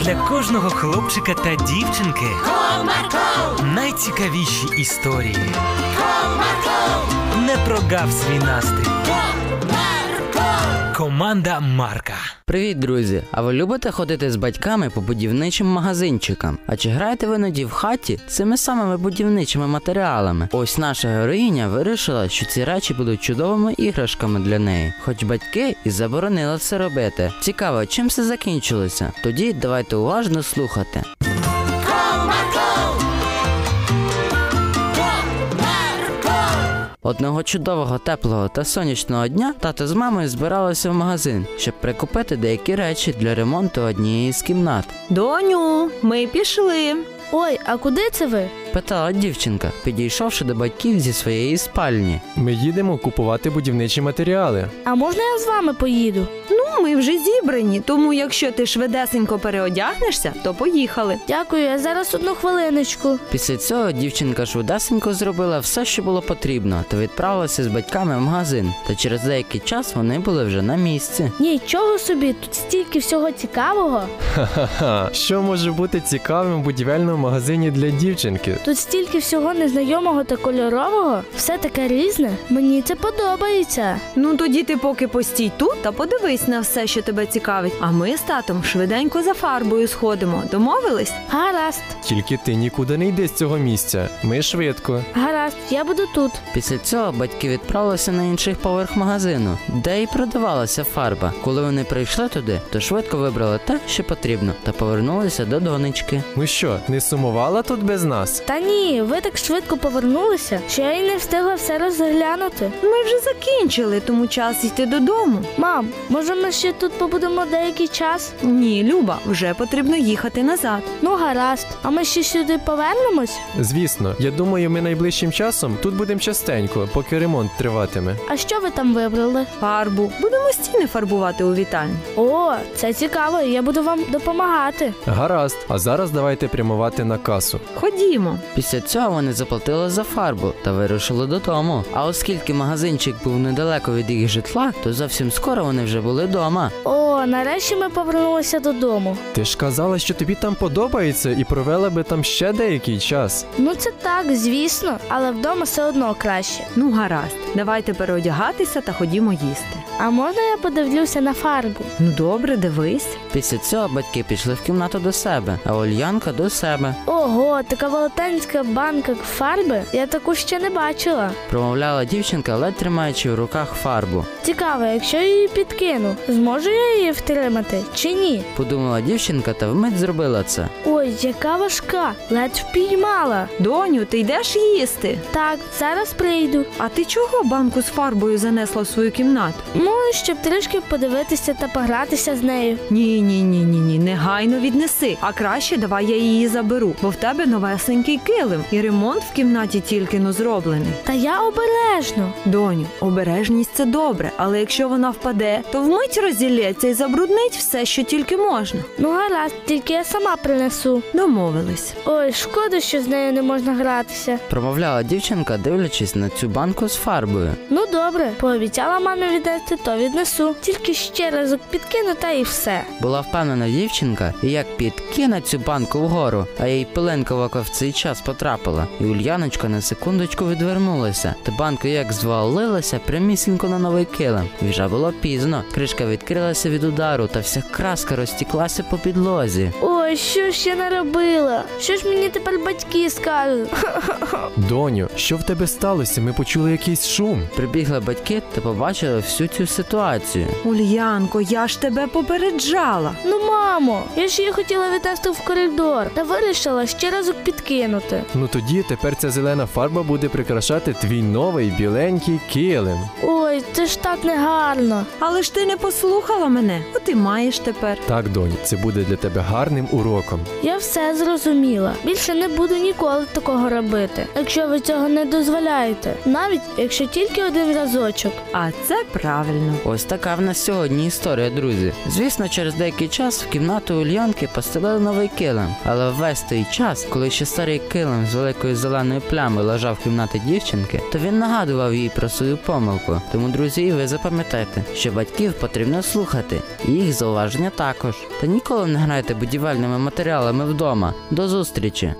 для кожного хлопчика та дівчинки Comarco, найцікавіші історії. Comarco, Не прогав свій настрій. Comarco, Команда Марка. Привіт, друзі! А ви любите ходити з батьками по будівничим магазинчикам? А чи граєте ви іноді в хаті цими самими будівничими матеріалами? Ось наша героїня вирішила, що ці речі будуть чудовими іграшками для неї, хоч батьки і заборонили це робити. Цікаво, чим все закінчилося? Тоді давайте уважно слухати. Comarco. Comarco, Одного чудового, теплого та сонячного дня тато з мамою збиралися в магазин, щоб прикупити деякі речі для ремонту однієї з кімнат. Доню, ми пішли. Ой, а куди це ви? Питала дівчинка, підійшовши до батьків зі своєї спальні. Ми їдемо купувати будівничі матеріали. А можна я з вами поїду? Ну, ми вже зібрані, тому якщо ти швидесенько переодягнешся, то поїхали. Дякую, я зараз одну хвилиночку. Після цього дівчинка швидесенько зробила все, що було потрібно, та відправилася з батьками в магазин. Та через деякий час вони були вже на місці. Нічого собі, тут стільки всього цікавого. Ха, що може бути цікавим у будівельному магазині для дівчинки? Тут стільки всього незнайомого та кольорового. Все таке різне. Мені це подобається. Ну тоді ти поки постій тут та подивись на все, що тебе цікавить. А ми з татом швиденько за фарбою сходимо. Домовились? Гаразд, Тільки ти нікуди не йди з цього місця. Ми швидко. гаразд, я буду тут. Після цього батьки відправилися на інший поверх магазину, де і продавалася фарба. Коли вони прийшли туди, то швидко вибрали те, що потрібно, та повернулися до донечки. Ну що, не сумувала тут без нас? Та ні, ви так швидко повернулися, що я й не встигла все розглянути. Ми вже закінчили, тому час йти додому. Мам, може ми ще тут побудемо деякий час? Ні, Люба, вже потрібно їхати назад. Ну, гаразд, а ми ще сюди повернемось? Звісно, я думаю, ми найближчим часом тут будемо частенько, поки ремонт триватиме. А що ви там вибрали? Фарбу будемо стіни фарбувати у вітальні. О, це цікаво, я буду вам допомагати. Гаразд, а зараз давайте прямувати на касу. Ходімо. Після цього вони заплатили за фарбу та вирушили додому. А оскільки магазинчик був недалеко від їх житла, то зовсім скоро вони вже були вдома. О, нарешті ми повернулися додому. Ти ж казала, що тобі там подобається і провела би там ще деякий час. Ну це так, звісно, але вдома все одно краще. Ну, гаразд, давайте переодягатися та ходімо їсти. А можна я подивлюся на фарбу? Ну добре, дивись. Після цього батьки пішли в кімнату до себе, а Ольянка до себе. Ого, така велетенська банка фарби. Я таку ще не бачила. Промовляла дівчинка, ледь тримаючи в руках фарбу. Цікаво, якщо я її підкину, зможу я її втримати чи ні? Подумала дівчинка та вмить зробила це. Ой, яка важка, ледь впіймала. Доню, ти йдеш їсти. Так, зараз прийду. А ти чого банку з фарбою занесла в свою кімнату? Ну, щоб трішки подивитися та погратися з нею. Ні, ні, ні, ні, ні, негайно віднеси. А краще давай я її заберу, бо в тебе новесенький килим, і ремонт в кімнаті тільки но зроблений. Та я обережно. Доню, обережність це добре, але якщо вона впаде, то вмить розілється і забруднить все, що тільки можна. Ну гаразд, тільки я сама принесу. Домовились. Ой, шкода, що з нею не можна гратися. Промовляла дівчинка, дивлячись на цю банку з фарбою. Ну добре, пообіцяла мамі віднести, то віднесу. Тільки ще разок підкину та і все. Була впевнена дівчинка, і як підкине цю банку вгору, а їй пиленка в око в цей час потрапила. І Ульяночка на секундочку відвернулася. Та банка як звалилася прямісінько на новий килим. Вже було пізно. Кришка відкрилася від удару, та вся краска розтіклася по підлозі. Ой, що ж я наробила? Що ж мені тепер батьки скажуть? Доню, що в тебе сталося? Ми почули якийсь шум. Прибігли батьки та побачили всю цю ситуацію. Ульянко, я ж тебе попереджала. Ну, мамо, я ж її хотіла віднести в коридор та вирішила ще разок підкинути. Ну тоді тепер ця зелена фарба буде прикрашати твій новий біленький килим. Ой, це ж так негарно. Але ж ти не послухала мене, от і маєш тепер. Так, доню, це буде для тебе гарним уроком. Я все зрозуміла. Більше не буду ніколи такого робити, якщо ви цього не дозволяєте, навіть якщо тільки один разочок. А це правильно. Ось така в нас сьогодні історія, друзі. Звісно, через деякий час в кімнату Ульянки постелили новий килим, але весь той час, коли ще старий килим з великою зеленою плямою лежав в кімнаті дівчинки, то він нагадував їй про свою помилку. Тому, друзі, і ви запам'ятайте, що батьків потрібно слухати, І їх зауваження також. Та ніколи не грайте будівельними матеріалами вдома. До зустрічі!